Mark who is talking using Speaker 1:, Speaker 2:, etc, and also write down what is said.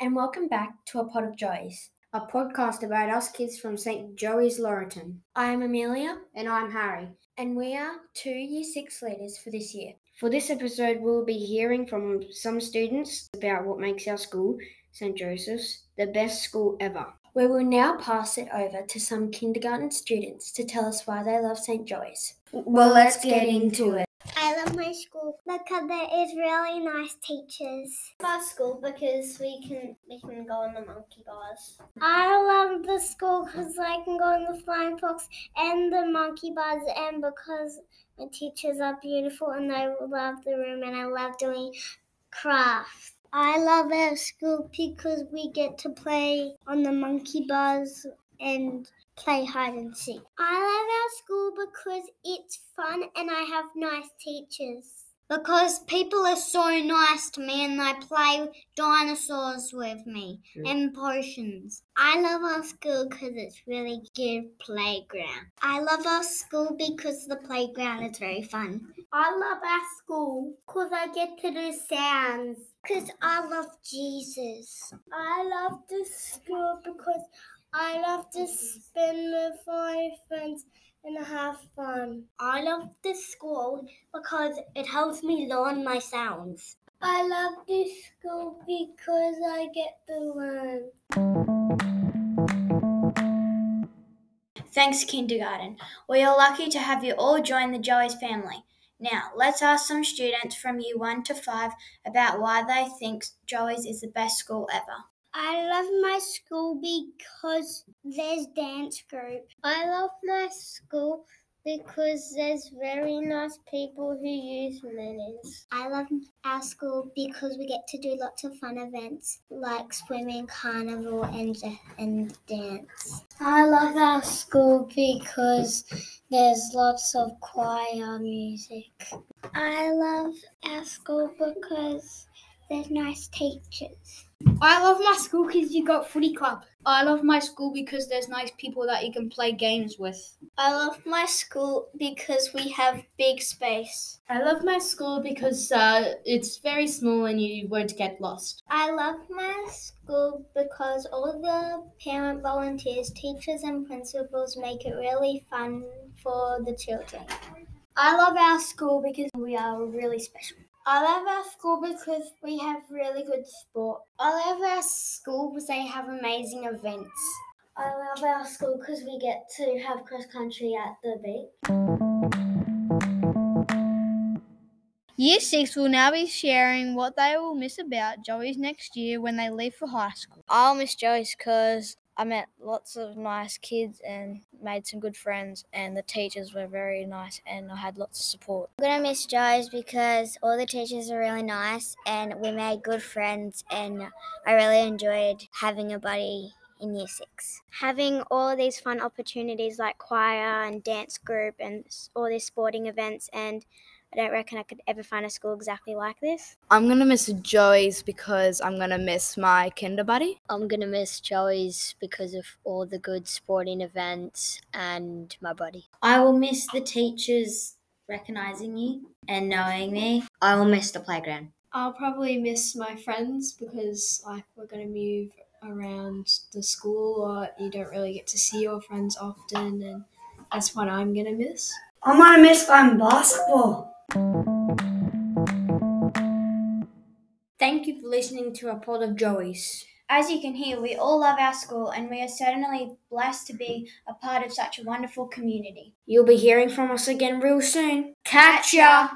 Speaker 1: and welcome back to A Pot of Joys.
Speaker 2: a podcast about us kids from St. Joey's Laureton.
Speaker 1: I am Amelia,
Speaker 2: And I'm Harry.
Speaker 1: and we are two Year 6 leaders for this year.
Speaker 2: For this episode, we'll be hearing from some students about what makes our school, St. Joseph's, the best school ever.
Speaker 1: We will now pass it over to some kindergarten students to tell us why they love St. Joy's.
Speaker 2: Well, let's get into it.
Speaker 3: I love my school because there is really nice teachers. Our school because we can we can go on the monkey bars. I love the school because I can go on the flying fox and the monkey bars, and because my teachers are beautiful and I love the room and I love doing crafts. I love our school because we get to play on the monkey bars and play hide and seek. I love our school because it's fun and I have nice teachers. Because people are so nice to me and they play dinosaurs with me and potions. I love our school because it's really good playground. I love our school because the playground is very fun. I love our school because I get to do sounds. Because I love Jesus. I love the school because I love to spin with my friends and have fun. I love this school because it helps me learn my sounds. I love this school because I get to learn.
Speaker 4: Thanks, kindergarten. We are lucky to have you all join the Joey's family. Now, let's ask some students from year 1 to 5 about why they think Joey's is the best school ever.
Speaker 3: I love my school because there's dance group. I love my school because there's very nice people who use manners. I love our school because we get to do lots of fun events like swimming, carnival, and and dance. I love our school because there's lots of choir music. I love our school because there's nice teachers.
Speaker 5: I love my school because you got footy club. I love my school because there's nice people that you can play games with.
Speaker 3: I love my school because we have big space.
Speaker 6: I love my school because uh, it's very small and you won't get lost.
Speaker 3: I love my school because all the parent volunteers, teachers, and principals make it really fun for the children. I love our school because we are really special. I love our school because we have really good sport. I love our school because they have amazing events. I love our school because we get to have cross country at the beach.
Speaker 7: Year 6 will now be sharing what they will miss about Joey's next year when they leave for high school. I'll miss Joey's because I met lots of nice kids and made some good friends, and the teachers were very nice and I had lots of support.
Speaker 3: I'm gonna miss Joe's because all the teachers are really nice and we made good friends and I really enjoyed having a buddy in year six. Having all these fun opportunities like choir and dance group and s- all these sporting events and I don't reckon I could ever find a school exactly like this.
Speaker 8: I'm gonna miss Joey's because I'm gonna miss my kinder buddy.
Speaker 3: I'm gonna miss Joey's because of all the good sporting events and my buddy.
Speaker 4: I will miss the teachers recognizing you and knowing me. I will miss the playground.
Speaker 6: I'll probably miss my friends because like we're gonna move around the school or you don't really get to see your friends often and that's what I'm gonna miss.
Speaker 2: I'm gonna miss playing basketball.
Speaker 1: Thank you for listening to A Pot of Joys.
Speaker 4: As you can hear, we all love our school and we are certainly blessed to be a part of such a wonderful community.
Speaker 2: You'll be hearing from us again real soon.
Speaker 1: Catch ya!